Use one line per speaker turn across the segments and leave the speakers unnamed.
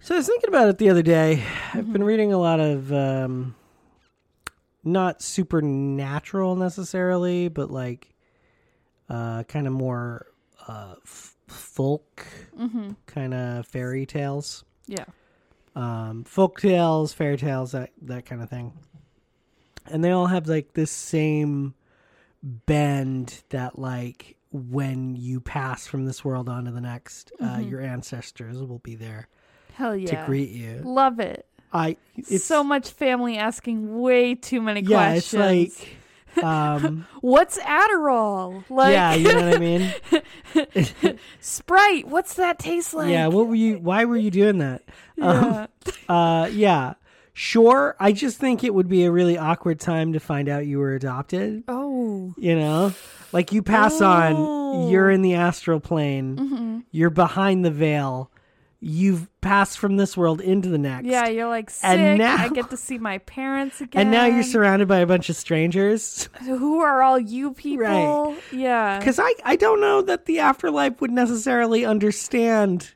So I was thinking about it the other day. I've been reading a lot of um, not supernatural necessarily, but like uh, kind of more uh, f- folk kind of fairy tales,
Yeah.
um, folk tales, fairy tales, that that kind of thing. And they all have like this same bend that like when you pass from this world onto the next, uh, your ancestors will be there
Hell yeah.
to greet you.
Love it.
I it's
so much family asking way too many
yeah,
questions.
it's like um
what's Adderall? Like
yeah, you know what I mean?
Sprite, what's that taste like?
yeah, what were you why were you doing that?
Yeah.
Um uh yeah. Sure, I just think it would be a really awkward time to find out you were adopted,
oh.
you know? Like you pass on, you're in the astral plane,
Mm-hmm.
you're behind the veil, you've passed from this world into the next.
Yeah, you're like sick.
And now-
I get to see my parents again.
And now you're surrounded by a bunch of strangers.
Who are all you people? Yeah.
Because I, I don't know that the afterlife would necessarily understand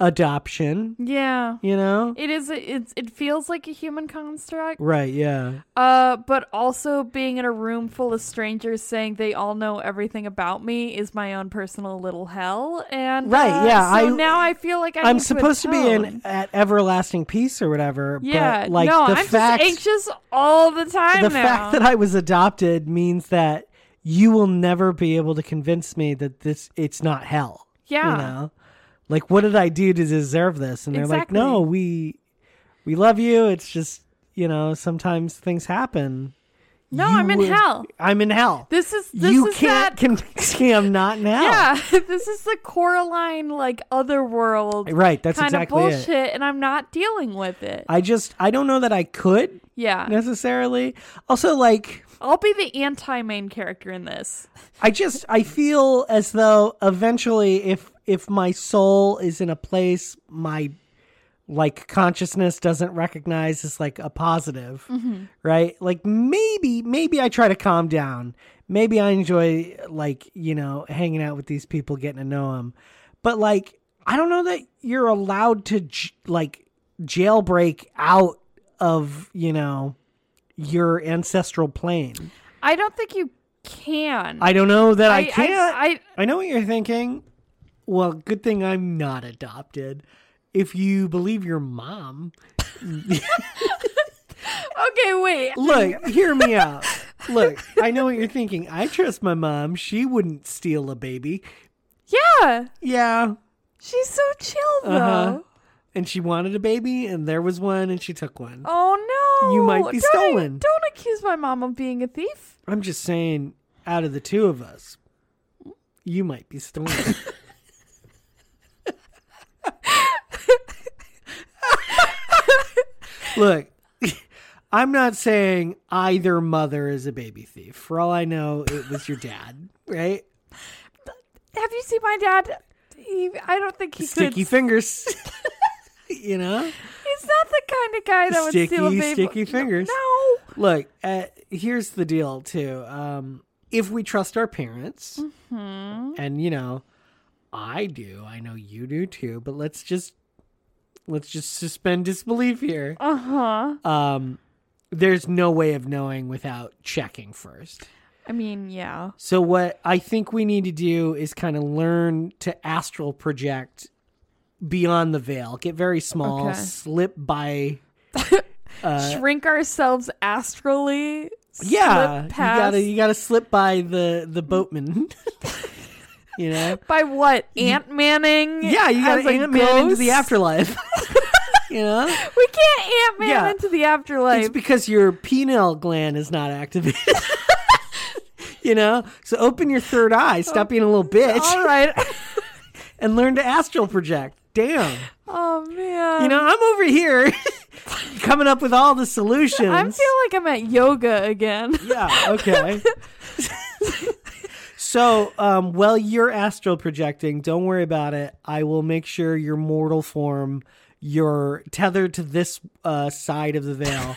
adoption,
Yeah.
you know?
It is. A, it's. It feels like a human construct.
Right, yeah.
Uh, but also being in a room full of strangers saying they all know everything about me is my own personal little hell. And
Right,
uh,
yeah,
So
I-
now I feel like I
I'm
need
supposed to be in
atone.
at everlasting peace or whatever,
Yeah.
but like
no,
the
I'm
fact
just anxious all the time.
the
now.
fact that I was adopted means that you will never be able to convince me that this it's not hell.
Yeah.
You know? Like what did I do to deserve this? And they're like,
Exactly.
No, we we love you. It's just you know, sometimes things happen.
no,
You
I'm in
were-
hell.
I'm in hell.
This is this
you
is
can't
that.
convince me I'm not in hell.
Yeah, this is the Coraline like other world
Right, that's
kind
exactly
of
it.
bullshit, and I'm not dealing with it.
I just I don't know that I could
yeah,
necessarily. Also, like
I'll be the anti-main character in this.
I just I feel as though eventually, if if my soul is in a place my like consciousness doesn't recognize as like a positive, right? Like maybe maybe I try to calm down. Maybe I enjoy like you know hanging out with these people, getting to know them. But like I don't know that you're allowed to j- like jailbreak out of you know your ancestral plane.
I don't think you can.
I don't know that I,
I- I-
can't.
I-
know what you're thinking. Well, good thing I'm not adopted. If you believe your mom,
okay, wait.
look, hear me out. Look, I know what you're thinking. I trust my mom. She wouldn't steal a baby.
Yeah,
Yeah.
she's so chill though.
Uh-huh. And she wanted a baby, and there was one, and she took one.
Oh no!
You might be
Don't-
stolen.
Don't accuse my mom of being a thief.
I'm just saying, out of the two of us, you might be stolen. Look, I'm not saying either mother is a baby thief. For all I know, it was your dad, right?
Have you seen my dad? He, I don't think he
Sticky
could.
fingers. you know?
He's not the kind of guy that would steal a
Sticky,
baby.
sticky fingers.
No.
Look, uh, here's the deal too. Um, if we trust our parents, and you know, I do. I know you do too. But let's just let's just suspend disbelief here.
Uh huh.
Um, there's no way of knowing without checking first.
I mean, yeah.
So what I think we need to do is kind of learn to astral project beyond the veil, get very small,
Okay.
slip by.
Shrink ourselves astrally.
Uh, Yeah,
slip
you
past-
gotta you gotta slip by the the boatman. you know.
By what? Ant Manning?
Yeah, you
as
gotta
a
Ant Man into the
ghost?
afterlife. you know,
We can't Ant Man
Yeah.
into the
it's
afterlife.
because your penile gland is not activated. you know, so open your third eye, stop being a little bitch,
All right.
and learn to astral project. Damn.
oh man.
You know, I'm over here coming up with all the solutions.
I feel like I'm at yoga again.
yeah, okay. so, um, while you're astral projecting, don't worry about it. I will make sure your mortal form, you're tethered to this uh, side of the veil,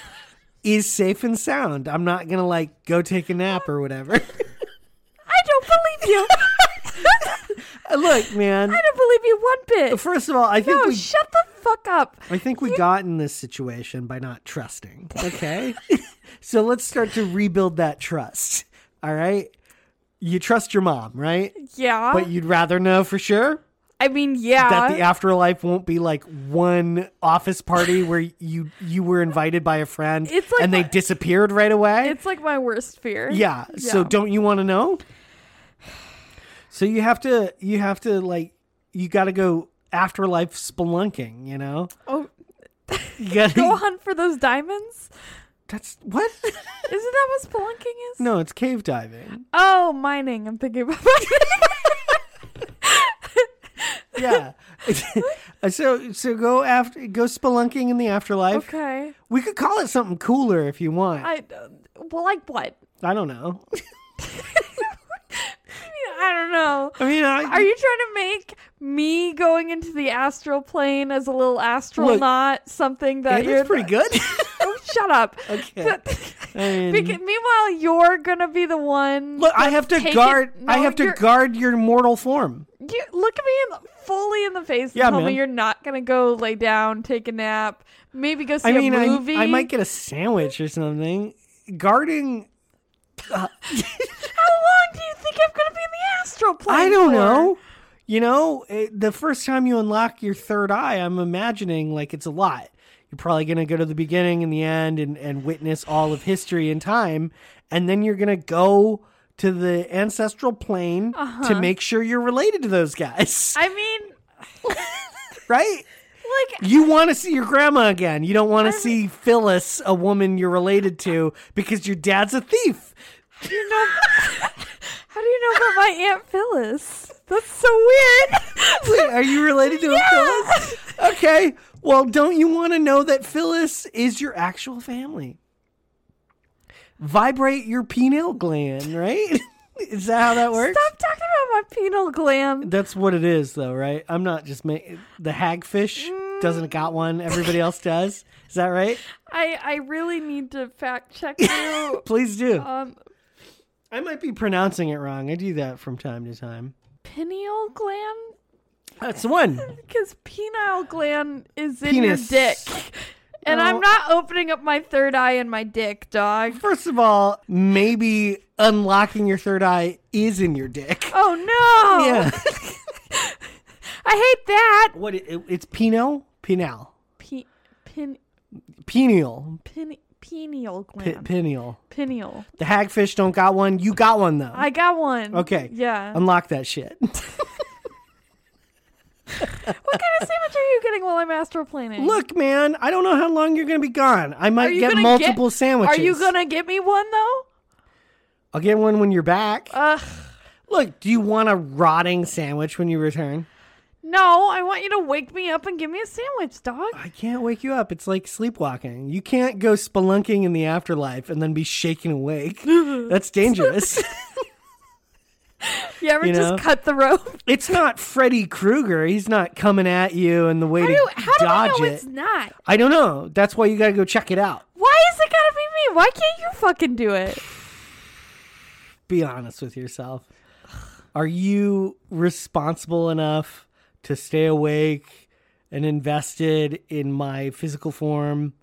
is safe and sound. I'm not going to, like, go take a nap or whatever.
I don't believe you. I
Look, man.
don't believe you one bit.
First of all, I think
No,
we
shut the fuck up.
I think we got in this situation by not trusting. Okay. so let's start to rebuild that trust. All right. You trust your mom, right?
Yeah.
But you'd rather know for sure
I mean, yeah.
that the afterlife won't be like one office party where you you were invited by a friend
It's like
and they
my-
disappeared right away.
it's like my worst fear.
yeah. So
Yeah.
don't you want to know? So you have to you have to like you got to go afterlife spelunking, you know?
Oh,
You got
go
to
hunt for those diamonds.
That's what?
Isn't that what spelunking is?
No, it's cave diving.
Oh, mining. I'm thinking about mining.
Yeah. so so go after go spelunking in the afterlife.
okay.
We could call it something cooler if you want. I,
I well, like what?
don't know.
I don't know.
I mean, I,
Are you trying to make me going into the astral plane as a little astronaut something that
It
you're
is pretty good.
Oh, shut up.
Okay. I mean-
Beca- meanwhile, you're gonna be the one.
Look, I have to
Take it-
guard. I
no,
have to
you're-
guard your mortal form.
You look at me in, fully in the face and
Yeah,
tell
man.
me you're not gonna go lay down, take a nap, maybe go see
I mean,
a
I,
movie.
I might get a sandwich or something. Guarding.
How long do you think I'm gonna be in the astral plane?
I don't
for?
know. You know, it, the first time you unlock your third eye, I'm imagining like it's a lot. You're probably going to go to the beginning and the end and, and witness all of history and time. And then you're going to go to the ancestral plane to make sure you're related to those guys,
Uh-huh. I mean,
right?
like,
You want to see your grandma again. You don't want to
I'm-
see Phyllis, a woman you're related to, because your dad's a thief.
you know, how do you know about my aunt Phyllis? That's so weird.
Wait, are you related to
Yeah.
a Phyllis? Okay. Well, don't you want to know that Phyllis is your actual family? Vibrate your pineal gland, right? is that how that works?
Stop talking about my penal gland.
That's what it is, though, right? I'm not just making the hagfish doesn't got one. Everybody else does. Is that right?
I I really need to fact check you.
Please do.
um,
I might be pronouncing it wrong. I do that from time to time.
pineal gland.
That's the one.
Because penile gland is in
Penis.
your dick. And
Oh.
I'm not opening up my third eye and my dick, dog.
First of all, maybe unlocking your third eye is in your dick.
Oh no!
Yeah.
I hate that.
what it, it- it's penile? Penile.
Pe- pin,
Penial.
pin, pineal
P-
gland.
pineal.
pineal.
The hagfish don't got one. You got one though.
I got one.
okay.
Yeah.
Unlock that shit.
what kind of sandwich are you getting while I'm astral planning?
Look, man, I don't know how long you're gonna be gone. I
Are
might
you
get
gonna
multiple sandwiches.
Are you gonna get me one though?
I'll get one when you're back.
Ugh.
Look, do you want a rotting sandwich when you return?
No, I want you to wake me up and give me a sandwich, dog.
I can't wake you up. It's like sleepwalking. You can't go spelunking in the afterlife and then be shaken awake. That's dangerous.
You ever
you know?
just cut the rope?
it's not Freddy Krueger. He's not coming at you and the way
How
to
do, how do I
dodge
know
it.
it's not?
I don't know. That's why you got to go check it out.
Why is it gotta be me? Why can't you fucking do it?
Be honest with yourself. Are you responsible enough to stay awake and invested in my physical form?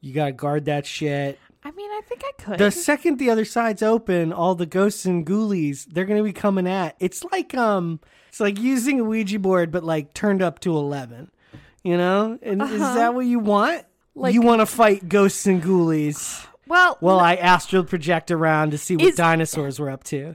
You got to guard that shit.
I mean, I think I could.
The second the other side's open, all the ghosts and ghoulies, they're going to be coming at. It's like um it's like using a Ouija board but like turned up to 11. You know? And is that what you want?
Uh-huh. Like-
you want to fight ghosts and ghoulies.
well,
Well,
well,
I astral project around to see what
Is-
dinosaurs were up to.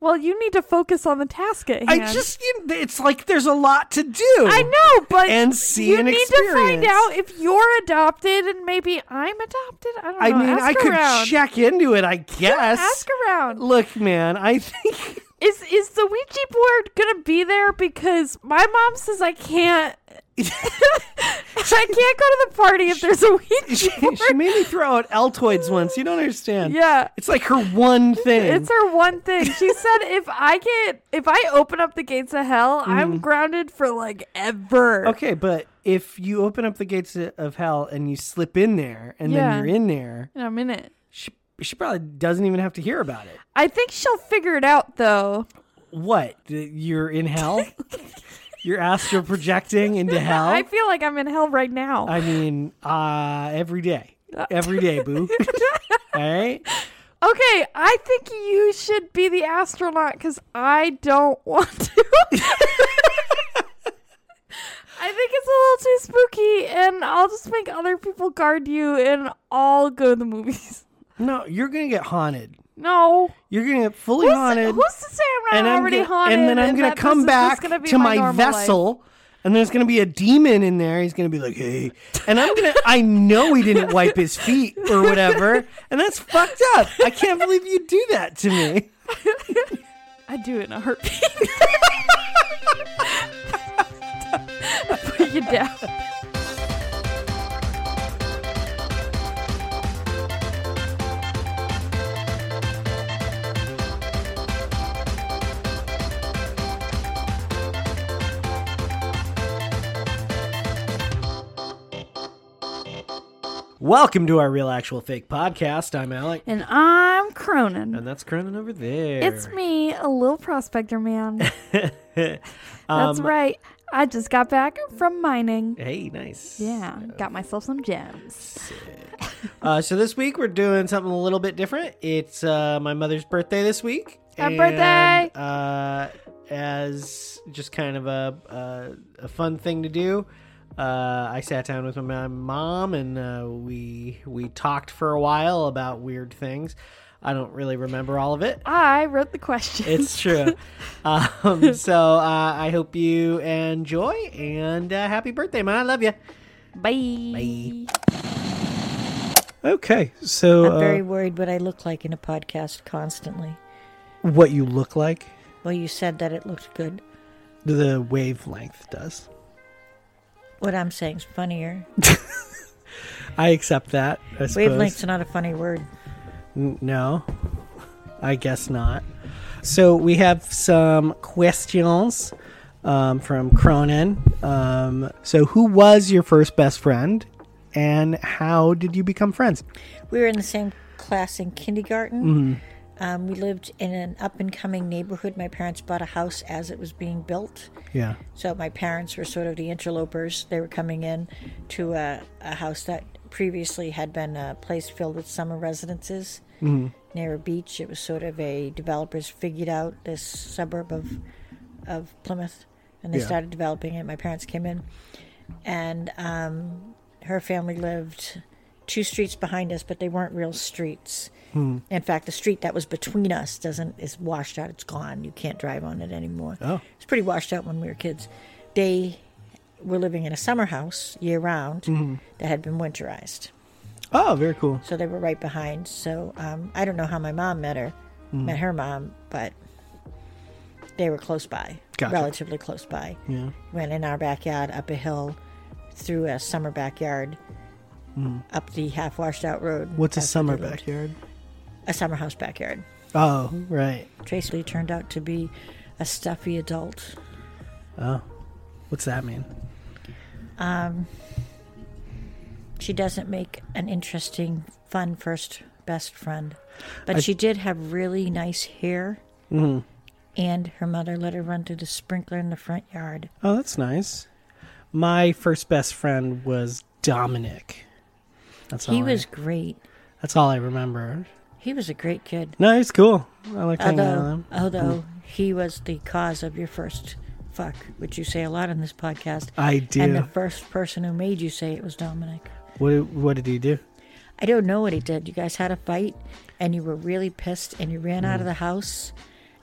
well, you need to focus on the task at hand.
I just, you it's like there's a lot to do.
I know, but
And see
you
and
need to
experience.
find out if you're adopted and maybe I'm adopted. I don't know.
I mean,
ask
I could
around.
check into it, I guess.
Ask around.
Look, man, I think
Is is the Ouija board gonna be there? Because my mom says I can't. I can't go to the party if there's a Ouija
she,
board.
she made me throw out Altoids once. You don't understand.
Yeah.
It's like her one thing.
It's her one thing. She said, "If I get, if I open up the gates of hell, I'm grounded for like ever."
Mm. okay, but if you open up the gates of hell and you slip in there and
Yeah.
then you're in there,
In a minute,
she, she probably doesn't even have to hear about it.
I think she'll figure it out, though.
What? That You're in hell? You're astral projecting into hell.
I feel like I'm in hell right now.
I mean, uh, every day. Every day, boo. All right.
okay, I think you should be the astronaut because I don't want to. I think it's a little too spooky, and I'll just make other people guard you, and I'll go to the movies.
No, you're going to get haunted.
No,
You're going to get fully
who's,
haunted.
who's to say I'm not
and I'm
already
gonna-
haunted?
And then I'm going
that
to
this
come
is
back
just gonna be
to my,
normal life?
vessel, and there's going to be a demon in there. He's going to be like, "Hey," and I'm gonna. I know he didn't wipe his feet or whatever, and that's fucked up. I can't believe you do that to me.
I do it in a heartbeat. Put you down.
Welcome to our real, actual, fake podcast. I'm Alec,
And I'm Cronin.
and that's Cronin over there.
It's me, a little prospector man.
Um,
That's right. I just got back from mining.
Hey, nice.
Yeah, got myself some gems.
Uh, so this week we're doing something a little bit different. It's uh, my mother's birthday this week.
Happy birthday!
Uh, as just kind of a uh, a, a fun thing to do, uh, I sat down with my mom and uh, we we talked for a while about weird things. I don't really remember all of it.
I wrote the question.
It's true. um, so uh, I hope you enjoy and uh, happy birthday, man! I love you.
Bye.
Okay, so uh,
I'm very worried what I look like in a podcast constantly.
what you look like,
Well, you said that it looked good.
the wavelength does.
What I'm saying's funnier.
I accept that. I suppose.
Wavelength's not a funny word.
N- No, I guess not. So we have some questions um, from Cronin. Um, so, who was your first best friend, and how did you become friends?
We were in the same class in kindergarten. Um, we lived in an up and coming neighborhood. My parents bought a house as it was being built.
Yeah,
So my parents were sort of the interlopers. They were coming in to a, a house that previously had been a place filled with summer residences near a beach. It was sort of a developers figured out this suburb of of Plymouth, and they
Yeah.
started developing it. My parents came in, and um, her family lived two streets behind us, but they weren't real streets.
Hmm.
In fact, the street that was between us doesn't is washed out. It's gone. You can't drive on it anymore.
Oh.
it's pretty washed out when we were kids. They were living in a summer house year round
Hmm.
that had been winterized,
Oh, very cool.
so they were right behind. So um, I don't know how my mom met her,
Hmm.
met her mom, but they were close by,
Gotcha.
relatively close by.
Yeah.
Went in our backyard, up a hill, through a summer backyard, up the half washed out road.
Hmm. What's a
That's where
summer
they lived.
backyard?
A summer house backyard.
Oh, right.
Tracy Lee turned out to be a stuffy adult.
What's that mean?
She doesn't make an interesting, fun first best friend, but she did have really nice hair.
Mm-hmm.
And her mother let her run to the sprinkler in the front yard.
Oh, that's nice. My first best friend was Dominic. That's all.
he
I-
was great.
That's all I remember.
He was a great kid.
No, he's cool. I like hanging out with
Although,
him.
although he was the cause of your first fuck, which you say a lot on this podcast.
I do.
And the first person who made you say it was Dominic.
What did- what did he do?
I don't know what he did. You guys had a fight and you were really pissed and you ran out of the house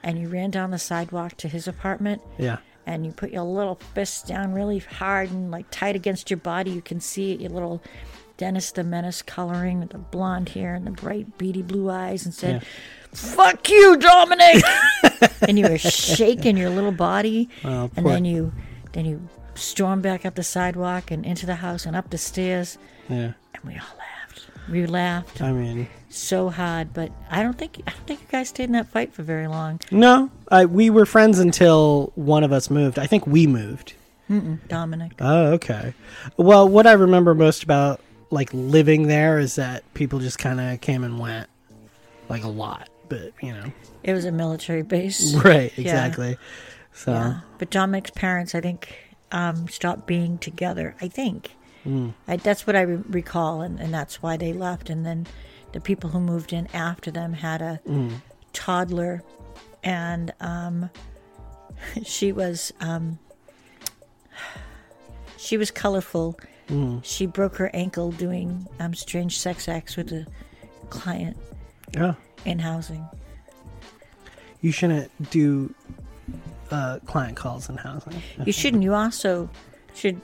and you ran down the sidewalk to his apartment
Yeah.
and you put your little fist down really hard and like tight against your body. You can see it, your little Dennis the Menace coloring with the blonde hair and the bright beady blue eyes and said, Fuck you, Dominic And you were shaking your little body
Oh,
and
poor-
then you then you stormed back up the sidewalk and into the house and up the stairs
Yeah.
and we all laughed. We laughed
I mean,
so hard, but I don't think I don't think you guys stayed in that fight for very long.
no. I, we were friends until one of us moved. I think we moved.
Dominic,
Oh, okay. Well, what I remember most about like living there is that people just kind of came and went like a lot, but you know.
it was a military base.
Right,
Yeah.
exactly. So
But Dominic's parents, I think, um, stopped being together. I think I, that's what I re- recall, and, and that's why they left. And then the people who moved in after them had a toddler, and um, she was um, she was colorful. She broke her ankle doing um, strange sex acts with a client
yeah,
in housing.
you shouldn't do uh, client calls in housing.
You shouldn't. You also should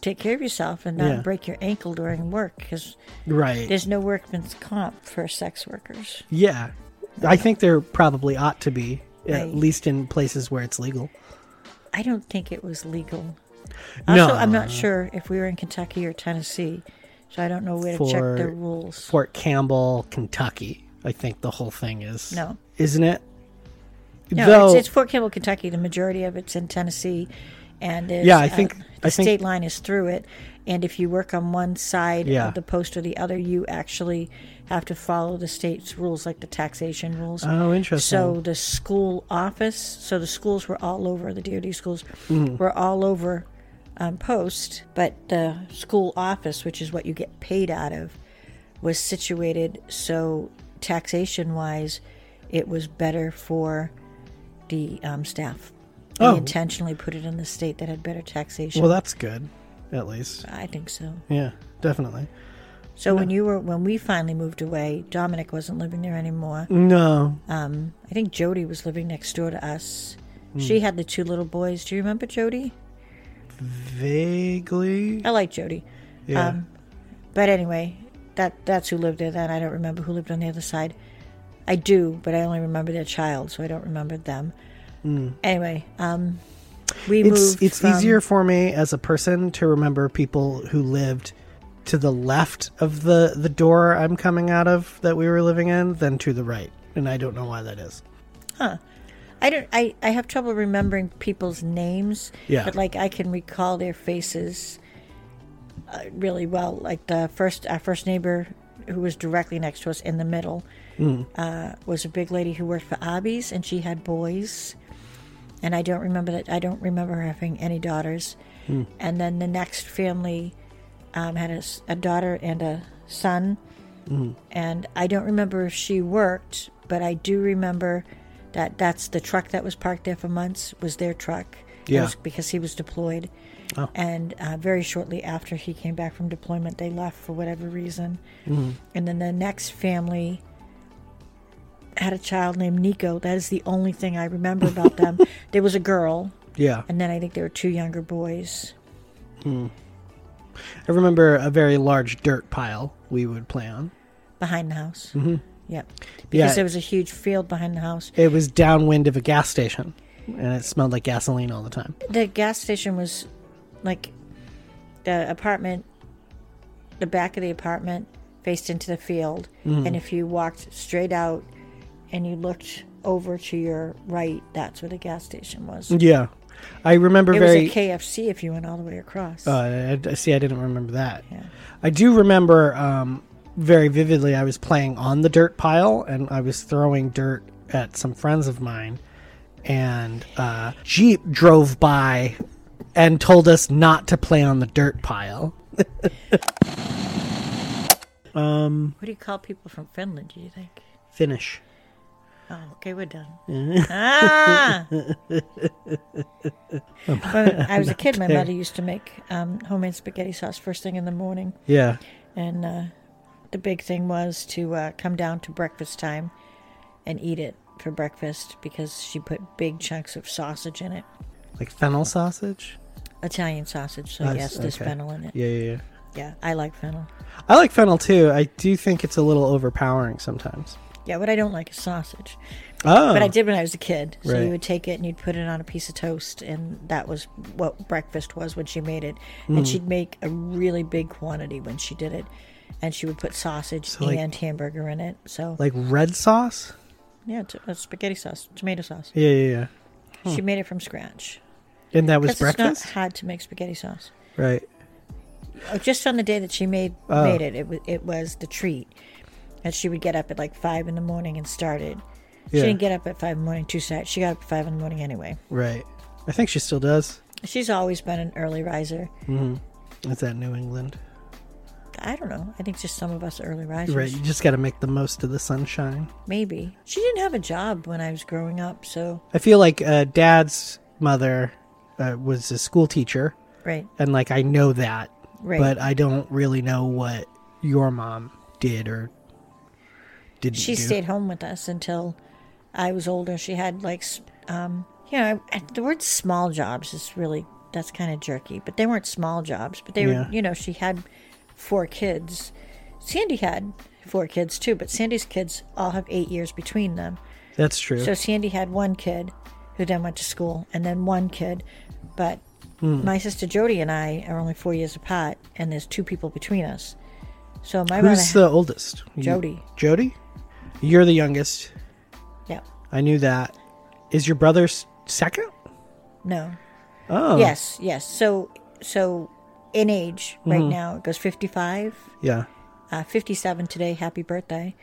take care of yourself and not
Yeah.
break your ankle during work because
Right.
there's no workman's comp for sex workers.
yeah, I think there probably ought to be at
Right.
least in places where it's legal.
I don't think it was legal.
No.
Also, I'm not sure if we were in Kentucky or Tennessee, so I don't know where to
For-
check the rules.
Fort Campbell, Kentucky. I think the whole thing is
No.
isn't it?
no,
Though-
it's, it's Fort Campbell, Kentucky. The majority of it's in Tennessee, and there's,
Yeah, I
uh,
think-
the
I think-
state line is through it. And if you work on one side
Yeah.
of the post or the other, you actually have to follow the state's rules, like the taxation rules.
Oh, interesting.
So the school office, so the schools were all over, the DoD schools
Mm-hmm.
were all over um, Post, but the school office, which is what you get paid out of, was situated so taxation wise, it was better for the um, staff. They
Oh.
intentionally put it in the state that had better taxation.
well, that's good, at least.
I think so.
Yeah, definitely.
So when you were when we finally moved away, Dominic wasn't living there anymore.
No,
Um, I think Jody was living next door to us. She
Hmm.
had the two little boys. Do you remember Jody?
vaguely.
I like Jody.
Yeah.
Um, but anyway, that that's who lived there then. I don't remember who lived on the other side. I do, but I only remember their child, so I don't remember them. Anyway, um, we
Hmm. it's
moved.
it's
from-
easier for me as a person to remember people who lived to the left of the the door I'm coming out of that we were living in than to the right, and I don't know why that is.
I don't. I, I have trouble remembering people's names.
Yeah.
But like I can recall their faces uh, really well. Like the first our first neighbor who was directly next to us in the middle uh, was a big lady who worked for Abby's and she had boys. And I don't remember that. I don't remember her having any daughters.
Hmm.
And then the next family um, had a, s- a daughter and a son
Hmm.
and I don't remember if she worked, but I do remember that that's the truck that was parked there for months was their truck. It
Yeah.
was because he was deployed,
Oh.
and uh, very shortly after he came back from deployment, they left for whatever reason.
Hmm.
And then the next family had a child named Nico. That is the only thing I remember about them. There was a girl,
Yeah,
and then I think there were two younger boys.
I remember a very large dirt pile we would play on.
behind the house. Mm-hmm. Yep. Because there was a huge field behind the house.
It was downwind of a gas station, and it smelled like gasoline all the time.
The gas station was like the apartment, the back of the apartment faced into the field.
Mm-hmm.
And if you walked straight out and you looked over to your right, that's where the gas station was.
Yeah, I remember
It was
very.
a KFC if you went all the way across.
Uh, I, I- see, I didn't remember that.
Yeah.
I do remember um, very vividly. I was playing on the dirt pile, and I was throwing dirt at some friends of mine, and uh, Jeep drove by and told us not to play on the dirt pile.
what do you call people from Finland, do you think?
Finish.
Oh, okay, we're done. ah! when I was a kid, my mother used to make um, homemade spaghetti sauce first thing in the morning.
Yeah.
And uh, the big thing was to uh, come down to breakfast time and eat it for breakfast because she put big chunks of sausage in it.
Like fennel sausage.
Italian sausage, so
I
yes,
s-
there's
okay.
fennel in it.
Yeah, yeah, yeah.
Yeah, I like fennel.
I like fennel too. I do think it's a little overpowering sometimes.
Yeah, what I don't like is sausage.
Oh,
But I did when I was a kid. So
Right.
you would take it and you'd put it on a piece of toast, and that was what breakfast was when she made it.
Hmm.
And she'd make a really big quantity when she did it, and she would put sausage
like-
and hamburger in it. So
like red sauce.
yeah, t- uh, spaghetti sauce, tomato sauce.
Yeah, yeah, yeah.
She made it from scratch.
And that was
'Cause It's not
breakfast,
hard to make spaghetti sauce.
right?
Oh, Just on the day that she made
Oh.
made it, it was it was the treat. And she would get up at like five in the morning and start it. She
Yeah.
didn't get up at five in the morning too sad. She got up at five in the morning anyway.
Right. I think she still does.
She's always been an early riser.
It's that New England.
I don't know. I think just some of us early risers.
Right. You just got to make the most of the sunshine.
Maybe. She didn't have a job when I was growing up, so.
I feel like uh, dad's mother uh, was a school teacher,
Right.
and like I know that,
Right.
but I don't really know what your mom did or didn't
she
do.
stayed home with us until I was older. She had like, s- um, you know, I- the word small jobs is really that's kind of jerky, but they weren't small jobs. But they
Yeah.
were, you know, she had four kids. Sandy had four kids too, but Sandy's kids all have eight years between them.
That's true.
So Sandy had one kid who then went to school, and then one kid. But
Hmm.
my sister Jody and I are only four years apart, and there's two people between us. So my mother,
Who's the oldest? You-
Jody.
Jody? You're the youngest.
yeah,
I knew that. Is your brother s- second?
no,
Oh.
Yes, yes. So, so in age right
Hmm.
now, it goes 55,
Yeah.
uh, 57 today. Happy birthday.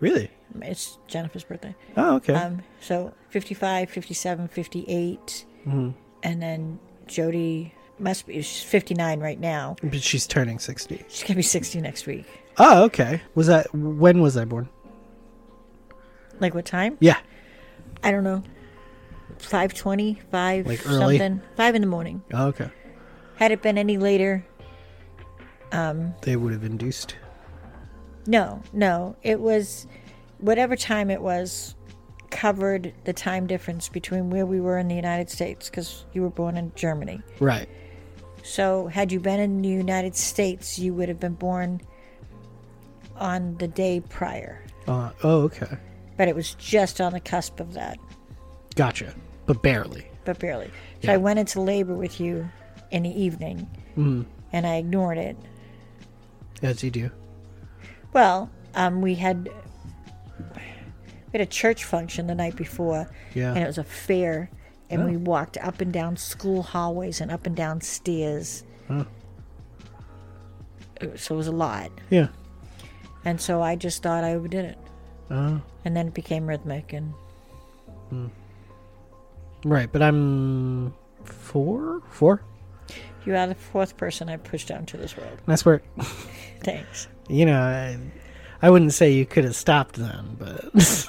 Really?
It's Jennifer's birthday.
Oh, okay.
Um, so 55, 57, 58.
Hmm.
And then Jody must be, she's 59 right now.
but she's turning 60.
She's going to be 60 next week.
Oh, okay. Was that when was I born?
Like what time?
Yeah.
I don't know. 520, 5
Like early?
something. 5 in the morning.
Oh, okay.
Had it been any later,
They would have induced.
No, no. It was whatever time it was covered the time difference between where we were in the United States because you were born in Germany.
Right.
So, had you been in the United States, you would have been born on the day prior.
Uh, oh, okay.
But it was just on the cusp of that,
Gotcha. But barely.
but barely. So,
Yeah.
I went into labor with you in the evening
Mm-hmm.
and I ignored it.
As you do.
Well, um, we had. We had a church function the night before,
Yeah. Oh.
and it was a fair and we walked up and down school hallways and up and down stairs
Oh.
It was- so it was a lot
Yeah.
and so i just thought i overdid it
Uh,
and then it became rhythmic and
right. But I'm four? Four?
you are the fourth person i pushed out into this world
That's where,
thanks
you know, I, I wouldn't say you could have stopped then, but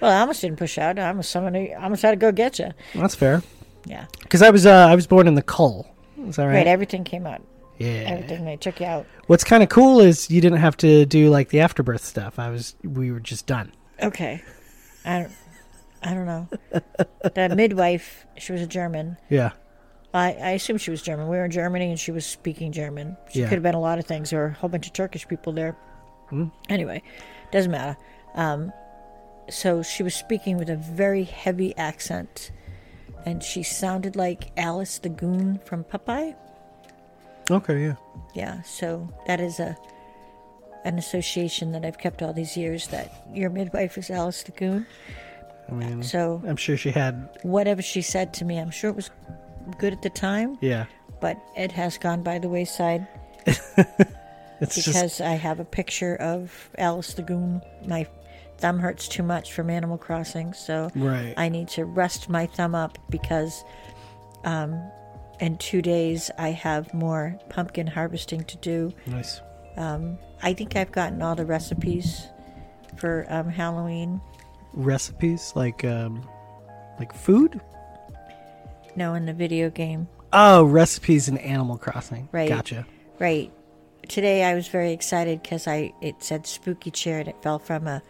well i almost didn't push out i almost somebody i almost had to go get you
that's fair.
yeah
Because I was uh, I was born in the coal. Is that right?
right everything came out
yeah.
everything they took you out
What's kind of cool is you didn't have to do like the afterbirth stuff. I was we were just done.
okay i don't i don't know the midwife she was a german
Yeah.
I, I assume she was German. We were in Germany and she was speaking German. She
Yeah.
could have been a lot of things. There were a whole bunch of Turkish people there. Anyway, doesn't matter. Um, so she was speaking with a very heavy accent and she sounded like Alice the Goon from Popeye.
Okay. Yeah.
Yeah, so that is a an association that I've kept all these years that your midwife is Alice the Goon.
I mean,
So
I'm sure she had.
whatever she said to me, I'm sure it was good at the time,
Yeah.
but it has gone by the wayside.
It's just
because I have a picture of Alice the Goon. My thumb hurts too much from Animal Crossing, so
Right.
I need to rest my thumb up because um, in two days I have more pumpkin harvesting to do.
nice.
I think I've gotten all the recipes for um, Halloween.
Recipes like um, like food.
No, in the video game,
Oh, recipes in Animal Crossing.
Right.
Gotcha.
right? Today I was very excited because I it said spooky chair and it fell from a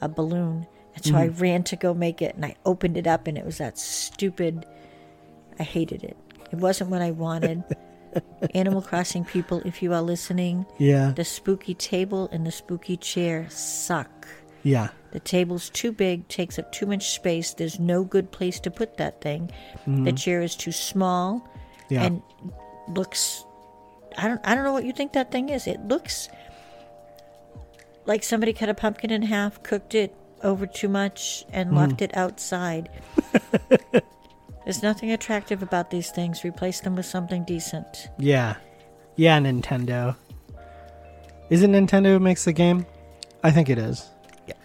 a balloon. And so I ran to go make it and I opened it up and it was that stupid I hated it. It wasn't what I wanted. Animal Crossing people, if you are listening,
Yeah.
the spooky table and the spooky chair suck.
Yeah.
The table's too big, takes up too much space. There's no good place to put that thing. The chair is too small
Mm-hmm. Yeah.
and looks I don't I don't know what you think that thing is. It looks like somebody cut a pumpkin in half, cooked it over too much
Mm-hmm.
and left it outside. There's nothing attractive about these things. Replace them with something decent.
yeah. Yeah. Nintendo. Is it Nintendo who makes the game? I think it is.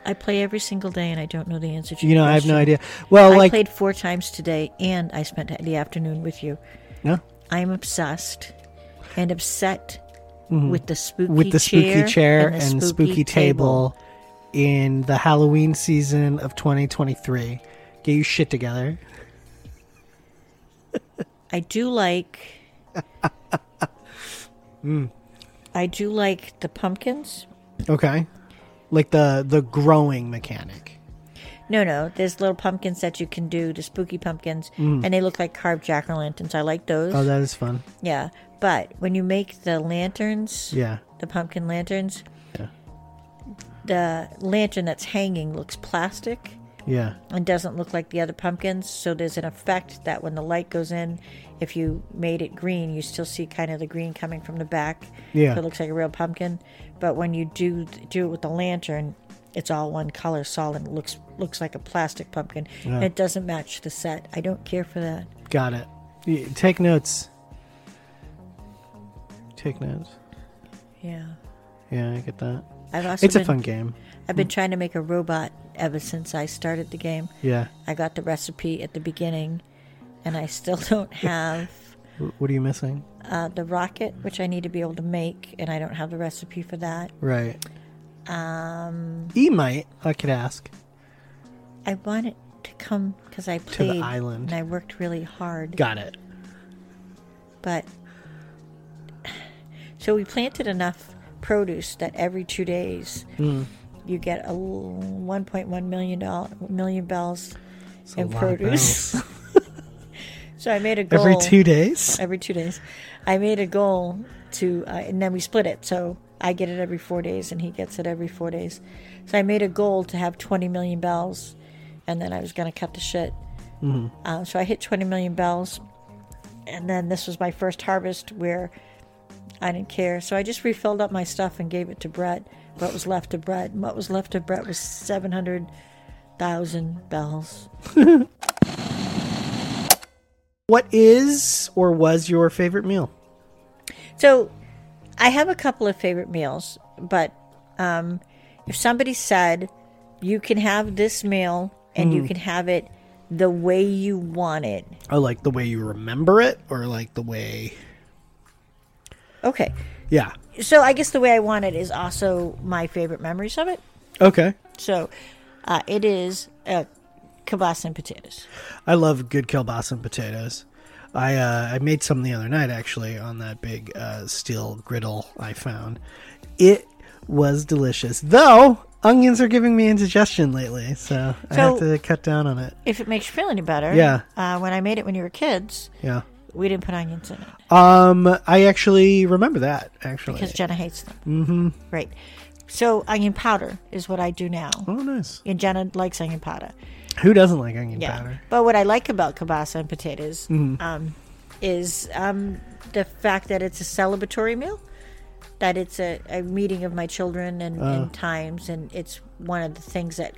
I play every single day, and I don't know the answer to
You
your
know, I have no
question.
idea. Well,
I
like
played four times today, and I spent the afternoon with you.
no,
I'm obsessed and upset with the spooky
Mm-hmm. with the spooky chair
the
and, spooky, table, in the Halloween season of 2023. Get your shit together.
I do like.
Mm.
I do like the pumpkins.
Okay, like the the growing mechanic.
No, no, there's little pumpkins that you can do, the spooky pumpkins, and they look like carved jack o' lanterns. I like those.
Mm. Oh, that is fun.
yeah, but when you make the lanterns,
Yeah.
the pumpkin lanterns,
Yeah.
the lantern that's hanging looks plastic.
Yeah.
and doesn't look like the other pumpkins. So there's an effect that when the light goes in, if you made it green, you still see kind of the green coming from the back.
Yeah.
So it looks like a real pumpkin. But when you do do it with the lantern, it's all one color solid. It looks looks like a plastic pumpkin. And it doesn't match the set. I don't care for that.
Got it. Y- Take notes. Take notes.
Yeah.
Yeah, I get that.
I've also
It's
been,
a fun game.
I've been trying to make a robot ever since I started the game.
Yeah.
I got the recipe at the beginning, and I still don't have
W- What are you missing?
uh, the rocket, which I need to be able to make, and I don't have the recipe for that.
Right. Um. E might. I could ask.
I want it to come because I
the
played
island.
and I worked really hard.
Got it.
But so we planted enough produce that every two days
Hmm.
you get a l- 1.1 million dollar million bells
It's a
in
lot of
produce.
bells.
so I made a goal
Every two days.
every two days. I made a goal to, uh, and then we split it. So I get it every four days, and he gets it every four days. So I made a goal to have 20 million bells, and then I was going to cut the shit. Uh, so I hit 20 million bells, and then this was my first harvest where I didn't care. So I just refilled up my stuff and gave it to Brett. What was left of Brett? And what was left of Brett was 700,000 bells.
What is or was your favorite meal?
So, I have a couple of favorite meals, but um, if somebody said you can have this meal and
Hmm.
you can have it the way you want it,
Oh, like the way you remember it, or like the way.
okay.
Yeah.
So I guess the way I want it is also my favorite memories of it.
Okay.
So uh, it is uh, kielbasa and potatoes.
I love good kielbasa and potatoes. I uh, I made some the other night actually on that big uh, steel griddle I found. It was delicious, though onions are giving me indigestion lately, so, I have
So-
to cut down on it.
If it makes you feel any better,
Yeah.
Uh, when I made it when you were kids,
Yeah.
we didn't put onions in it.
Um, I actually remember that actually.
because Jenna hates them. Mm-hmm. Right. So onion powder is what I do now,
oh, nice.
and Jenna likes onion powder.
Who doesn't like onion
Yeah.
powder? Mm-hmm.
But what I like about kielbasa and potatoes um, is um, the fact that it's a celebratory meal, that it's a, a meeting of my children and,
Uh.
and times, and it's one of the things that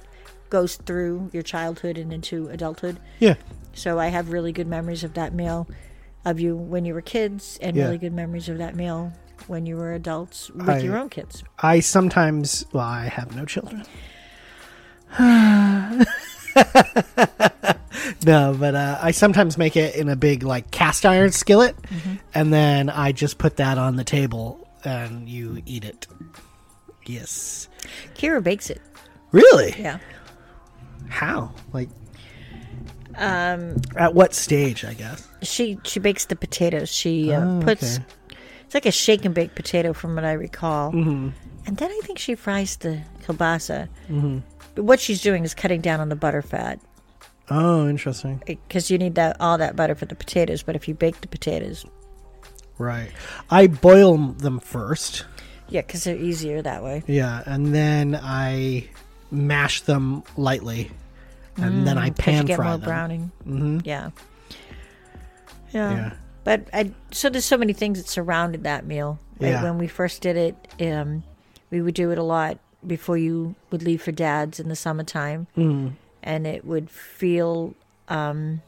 goes through your childhood and into adulthood.
Yeah.
So I have really good memories of that meal, of you when you were kids, and
Yeah.
really good memories of that meal when you were adults with
I-
your own kids.
I sometimes. Well, I have no children. no, but uh, I sometimes make it in a big like cast iron skillet, and then I just put that on the table and you eat it. Yes.
Kira bakes it.
Really?
Yeah.
How? Like. Um. At what stage? I guess.
She she bakes the potatoes. She uh,
Oh,
puts
okay.
it's like a shake and bake potato from what I recall. Mm-hmm. And then I think she fries the kielbasa. Mm-hmm. But what she's doing is cutting down on the butter fat
Oh, interesting.
because you need that all that butter for the potatoes. But if you bake the potatoes,
Right. I boil them first.
yeah, because they're easier that way.
Yeah, and then I mash them lightly, and then I
'Cause Mm, you
pan
get
fry
more
them.
browning. Mm-hmm. Yeah. yeah.
Yeah.
But I so there's so many things that surrounded that meal. Like
Yeah.
when we first did it, um, we would do it a lot before you would leave for dad's in the summertime,
Mm-hmm.
mm. and it would feel. Um,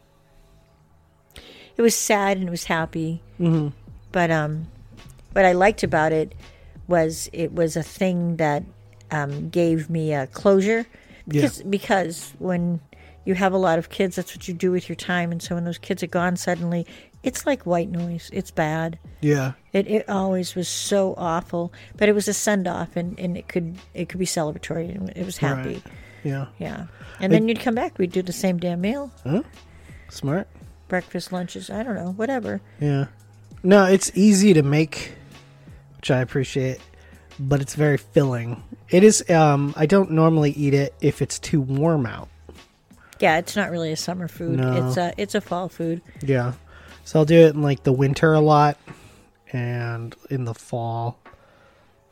it was sad and it was happy, mm-hmm. but um, what I liked about it was it was a thing that um, gave me a closure
Yeah.
because, because when you have a lot of kids, that's what you do with your time. And so when those kids are gone suddenly, it's like white noise. It's bad.
Yeah.
It, it always was so awful, but it was a send off, and, and it could it could be celebratory, and it was happy,
Right. Yeah.
yeah. And then you'd come back, we'd do the same damn meal,
Smart.
breakfast, lunches, I don't know, whatever.
Yeah. No, it's easy to make, which I appreciate, but it's very filling. It is um I don't normally eat it if it's too warm out.
Yeah, it's not really a summer food.
No.
It's a it's a fall food.
Yeah. So I'll do it in like the winter a lot and in the fall.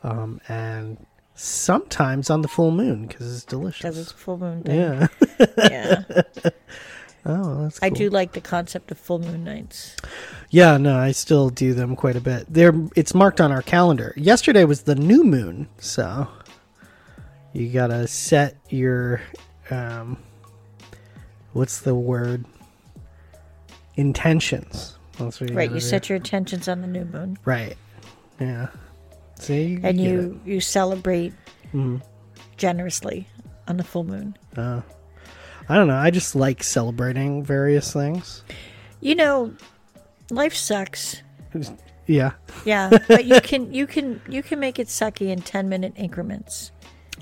Um and sometimes on the full moon cuz it's delicious.
because it's a full moon day.
yeah.
Yeah,
Oh, that's cool.
I do like the concept of full moon nights.
Yeah, no, I still do them quite a bit. They're it's marked on our calendar. Yesterday was the new moon, so you gotta set your um, what's the word? Intentions. That's what you
right,
gotta
you
do.
set your intentions on the new moon,
right. Yeah. See, get
and you you celebrate
Mm-hmm.
generously on the full moon.
it. I don't know. I just like celebrating various things.
You know, life sucks.
Yeah,
Yeah, but you can you can you can make it sucky in ten minute increments.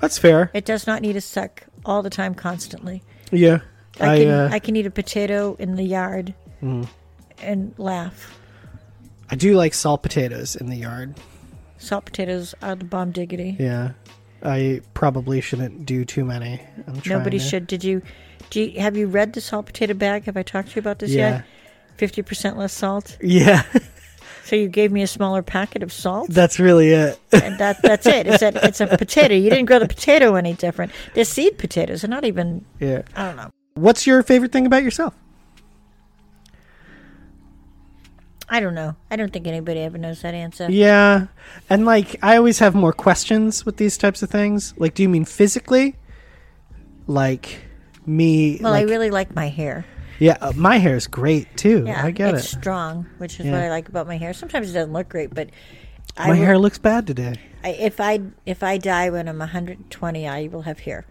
that's fair.
It does not need to suck all the time, constantly.
Yeah,
I, can
uh, Mm-hmm.
I can eat a potato in the yard and laugh.
I do like salt potatoes in the yard.
Salt potatoes are the bomb diggity.
Yeah. I probably shouldn't do too many. I'm trying
Nobody
to-
should. Did you? Do you, have you read the salt potato bag? Have I talked to you about this
Yeah.
yet? Fifty percent less salt.
Yeah.
So you gave me a smaller packet of salt,
That's really it.
and that that's it. It's a it's a potato. You didn't grow the potato any different. They're seed potatoes. They're not even.
yeah.
I don't know.
What's your favorite thing about yourself?
I don't know. I don't think anybody ever knows that answer.
Yeah. And like I always have more questions with these types of things. Like do you mean physically? Like me
Well,
like,
I really like my hair.
Yeah, uh, my hair is great too.
Yeah,
I get
it's
it.
strong, which is
Yeah.
what I like about my hair. Sometimes it doesn't look great, but I
My
will-
hair looks bad today.
I, if I if I die when I'm 120, I will have hair.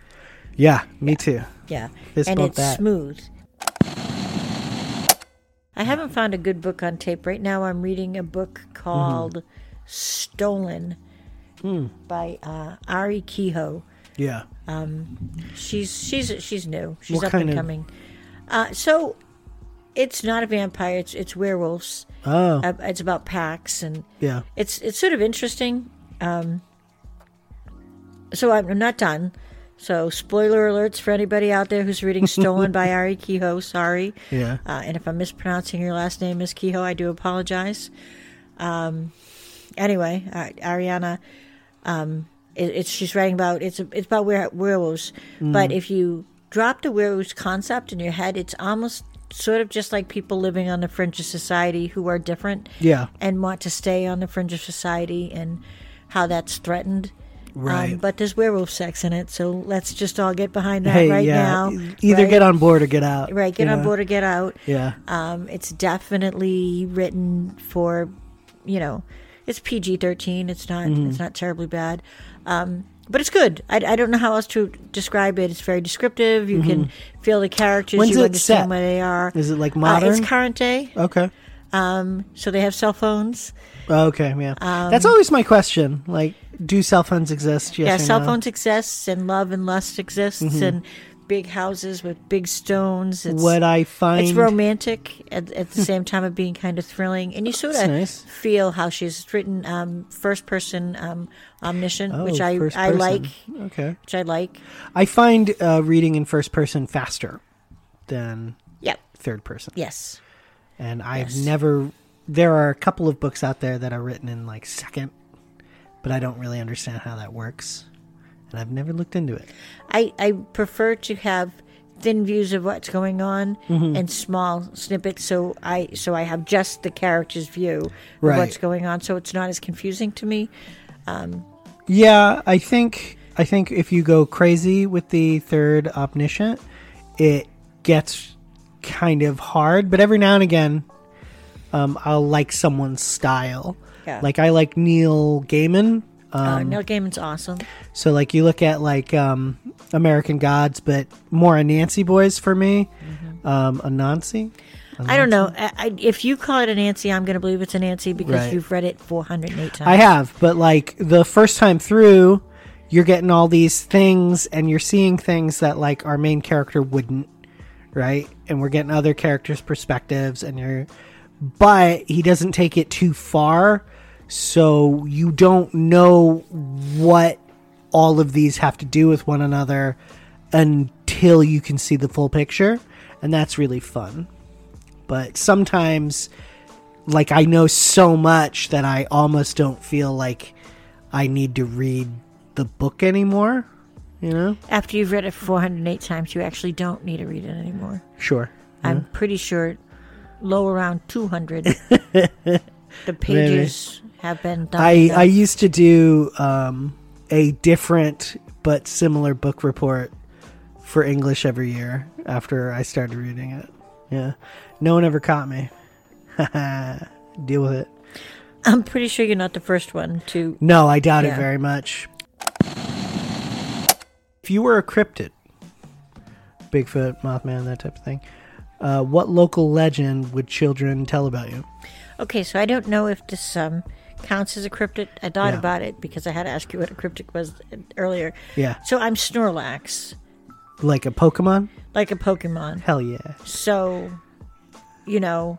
Yeah, me too.
Yeah,
Fist
and
bump
it's
that.
smooth. I haven't found a good book on tape right now. I'm reading a book
Mm-hmm.
called "Stolen"
Hmm.
by uh, Ari Kehoe.
Yeah.
She's she's she's new. She's
What
up
kind
and
of-
coming. Uh, so it's not a vampire. It's it's werewolves.
Oh.
Uh, it's about packs and
Yeah.
it's it's sort of interesting. Um, so I'm, I'm not done. So spoiler alerts for anybody out there who's reading "Stolen" by Ari Kehoe. Sorry,
Yeah.
uh, and if I'm mispronouncing your last name, Miss Kehoe, I do apologize. Um, anyway, uh, Ariana, um, it, it's she's writing about it's it's about were, werewolves,
Mm.
but if you drop the werewolves concept in your head, it's almost sort of just like people living on the fringe of society who are different
Yeah.
and want to stay on the fringe of society and how that's threatened. Um,
Right.
but there's werewolf sex in it, so let's just all get behind that
hey,
right
yeah.
now.
e- Either
right?
get on board or get out.
right, get on
Yeah.
board or get out.
Yeah.
Um, it's definitely written for, you know, it's PG thirteen. It's not
Mm-hmm.
it's not terribly bad, um, but it's good. I, I don't know how else to describe it. It's very descriptive. You can feel the characters.
Mm-hmm. When's
you
it
understand
set?
where they are.
Is it like
Uh,
modern? Oh.
it's current day,
okay.
um, so they have cell phones.
Okay, yeah. That's always my question. Like, do cell phones exist? Yes
Um, yeah,
or
cell
no?
phones exists, and love and lust exists, and big houses with big stones. It's,
What I find.
it's romantic at, at the same time of being kind of thrilling, and you sort
That's
of
nice.
feel how she's it's written um, first person um, omniscient,
Oh,
which I
first
I
person.
like,
Okay.
which I like.
I find uh, reading in first person faster than
Yep.
third person,
Yes.
and I've
Yes.
never. There are a couple of books out there that are written in like second, but I don't really understand how that works, and I've never looked into it.
I, I prefer to have thin views of what's going on
Mm-hmm.
and small snippets so I so I have just the character's view of
Right.
what's going on so it's not as confusing to me.
Yeah, I think I think if you go crazy with the third omniscient, it gets kind of hard. But every now and again, um, I'll like someone's style.
Yeah.
Like I like Neil Gaiman.
uh, Neil Gaiman's awesome.
So like you look at like um, American Gods, but more Anansi boys for me. Um, Anansi.
I don't know. I, I, if you call it a Nancy, I'm going to believe it's a Nancy because
Right.
you've read it 408 times.
I have, but like the first time through, you're getting all these things and you're seeing things that like our main character wouldn't, right? And we're getting other characters' perspectives and you're but he doesn't take it too far, so you don't know what all of these have to do with one another until you can see the full picture, and that's really fun. But sometimes like I know so much that I almost don't feel like I need to read the book anymore. You know?
After you've read it 408 times, you actually don't need to read it anymore.
Sure.
I'm pretty sure low around 200. the pages have been done.
I I used to do um, a different but similar book report for English every year after I started reading it. Yeah. No one ever caught me. Deal with it.
I'm pretty sure you're not the first one to.
No, I doubt it
Yeah.
very much. If you were a cryptid, Bigfoot, Mothman, that type of thing, uh, what local legend would children tell about you?
Okay, so I don't know if this um, counts as a cryptid. I thought
Yeah.
about it because I had to ask you what a cryptid was earlier.
Yeah.
So I'm Snorlax,
Like a Pokemon?
like a Pokemon.
Hell yeah.
So, you know,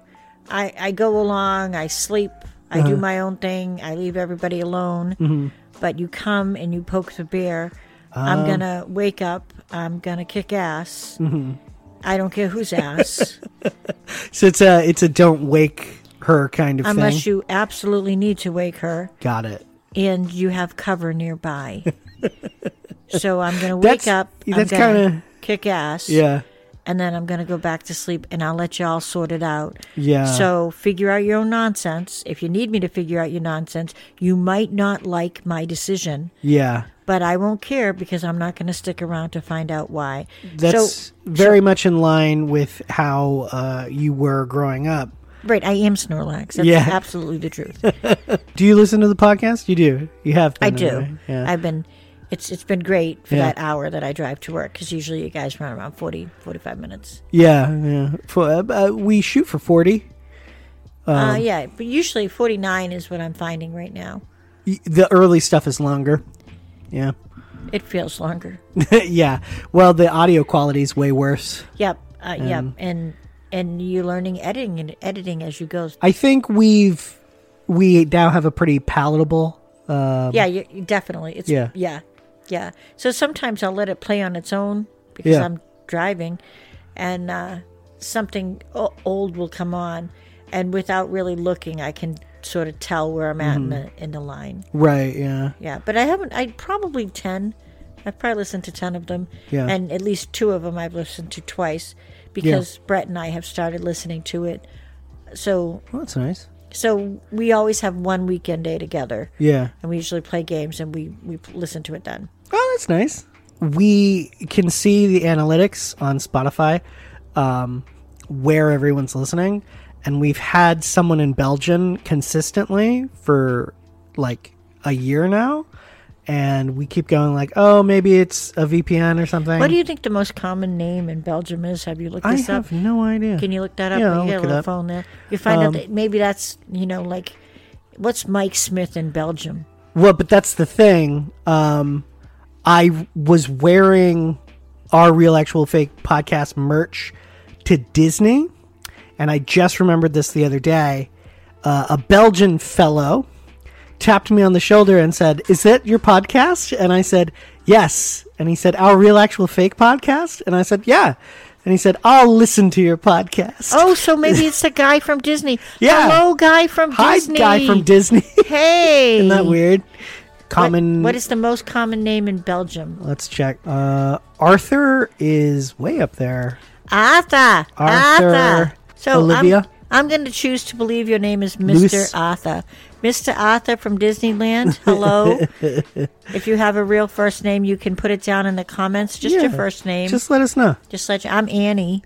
I I go along, I sleep, I
Uh-huh.
do my own thing, I leave everybody alone.
Mm-hmm.
But you come and you poke the bear, I'm
Um.
gonna wake up, I'm gonna kick ass.
Mm-hmm.
I don't care whose ass,
So it's a it's a don't wake her kind of
unless
thing.
you absolutely need to wake her
Got it.
and you have cover nearby. so I'm gonna wake
That's-
up. I'm
that's
gonna
kinda-
kick ass.
Yeah.
and then I'm going to go back to sleep and I'll let y'all sort it out.
Yeah.
So figure out your own nonsense. If you need me to figure out your nonsense, you might not like my decision,
Yeah.
but I won't care because I'm not going to stick around to find out why.
That's
so,
very much in line with how uh, you were growing up.
right. I am Snorlax. That's
Yeah.
absolutely the truth.
Do you listen to the podcast? You do. You have.
I
been, right?
do.
Yeah.
I've been. It's, it's been great for
Yeah.
that hour that I drive to work because usually you guys run around 40, 45 minutes.
Yeah, yeah. For, uh, uh, we shoot for forty. Um,
uh, yeah, but usually 49 is what I'm finding right now.
Y- The early stuff is longer. Yeah,
It feels longer.
yeah. Well, the audio quality is way worse.
Yep. Uh, yep. And and you learning editing and editing as you go.
I think we've we now have a pretty palatable. Uh,
yeah, you, you definitely. It's
Yeah.
yeah. Yeah. Yeah. So sometimes I'll let it play on its own because
Yeah.
I'm driving and uh, something o- old will come on and without really looking I can sort of tell where I'm
Mm-hmm.
at in the in the line.
right. Yeah.
Yeah, but I haven't. I probably ten. I've probably listened to ten of them.
Yeah.
and at least two of them I've listened to twice because Brett and I have started listening to it. So,
Well, that's nice.
so we always have one weekend day together,
Yeah.
and we usually play games and we we listen to it then.
Oh, that's nice. We can see the analytics on Spotify, um, where everyone's listening, and we've had someone in Belgium consistently for like a year now, and we keep going like, oh, maybe it's a VPN or something.
What do you think the most common name in Belgium is? Have you looked
I
this
have
up?
no idea.
Can you look that up?
Yeah,
you
I'll
got
look it
a little
up. Um,
phone there. You find out that maybe that's you know like, what's Mike Smith in Belgium?
Well, but that's the thing. Um, I was wearing our real, actual, fake podcast merch to Disney, and I just remembered this the other day. Uh, a Belgian fellow tapped me on the shoulder and said, "Is that your podcast?" And I said, "Yes." And he said, "Our real, actual, fake podcast?" And I said, "Yeah." And he said, "I'll listen to your podcast."
Oh, so maybe it's the guy from Disney.
Yeah.
Hello, guy from
hi,
Disney.
guy from Disney.
Hey.
Isn't that weird?
Mm. What-
Common.
what is the most common name in Belgium?
Let's check. Uh, Arthur is way up there.
Arthur.
Arthur.
So
Olivia?
I'm, I'm going to choose to believe your name is Mr.
Luce.
Arthur. Mr. Arthur from Disneyland. Hello. if you have a real first name, you can put it down in the comments. Just
Yeah.
your first name. Just,
Just let us know.
let you. I'm Annie.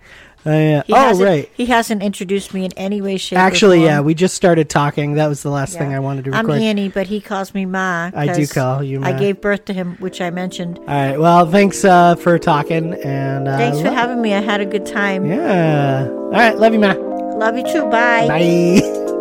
Uh, yeah.
He
Oh,
hasn't-
right.
He hasn't introduced me in any way, shape,
Actually,
or
yeah,
form.
we just started talking. That was the last thing
Yeah.
I wanted to
I'm
record.
Annie, but he calls me Ma.
I do
'cause
call you
I
Ma.
gave birth to him, which I mentioned.
All right. Well, thanks uh, for talking. And uh,
Thanks for
love-
having me. I had a good time.
Yeah. All right. Love you, Ma.
Love you too.
Bye.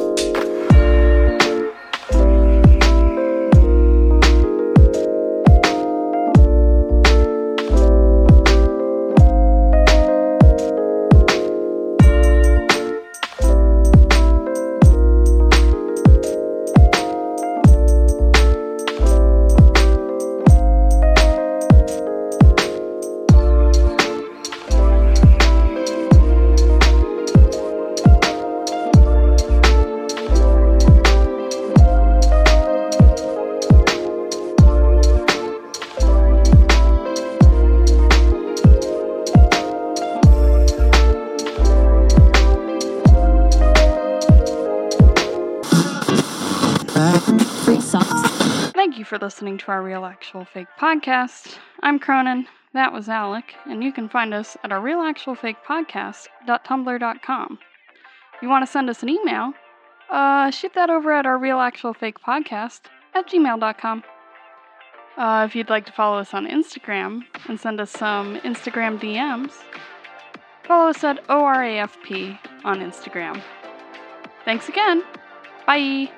Free socks.
Thank you for listening to our Real Actual Fake podcast. I'm Cronin, that was Alec, and you can find us at our Real Actual Fake podcast.tumblr.com. You want to send us an email? Uh, shoot that over at our Real Actual Fake podcast at gmail.com. Uh, if you'd like to follow us on Instagram and send us some Instagram DMs, follow us at ORAFP on Instagram. Thanks again. Bye.